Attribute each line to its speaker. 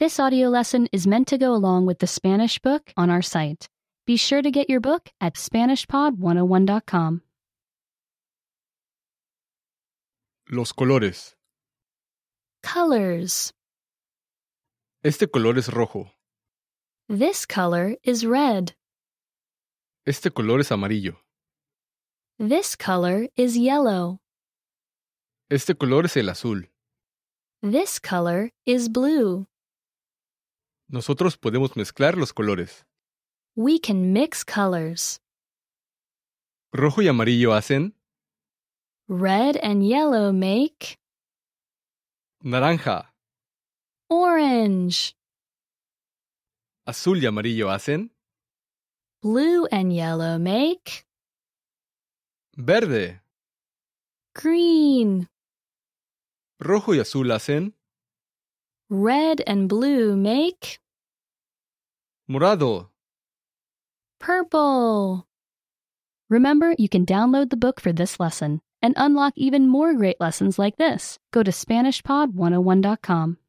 Speaker 1: This audio lesson is meant to go along with the Spanish book on our site. Be sure to get your book at SpanishPod101.com.
Speaker 2: Los colores.
Speaker 1: Colors.
Speaker 2: Este color es rojo.
Speaker 1: This color is red.
Speaker 2: Este color es amarillo.
Speaker 1: This color is yellow.
Speaker 2: Este color es el azul.
Speaker 1: This color is blue.
Speaker 2: Nosotros podemos mezclar los colores.
Speaker 1: We can mix colors.
Speaker 2: Rojo y amarillo hacen
Speaker 1: Red and yellow make
Speaker 2: naranja.
Speaker 1: orange.
Speaker 2: Azul y amarillo hacen
Speaker 1: Blue and yellow make
Speaker 2: verde.
Speaker 1: green.
Speaker 2: Rojo y azul hacen
Speaker 1: Red and blue make
Speaker 2: morado.
Speaker 1: Purple. Remember, you can download the book for this oh lesson and unlock even more great lessons like this. Go to SpanishPod101.com.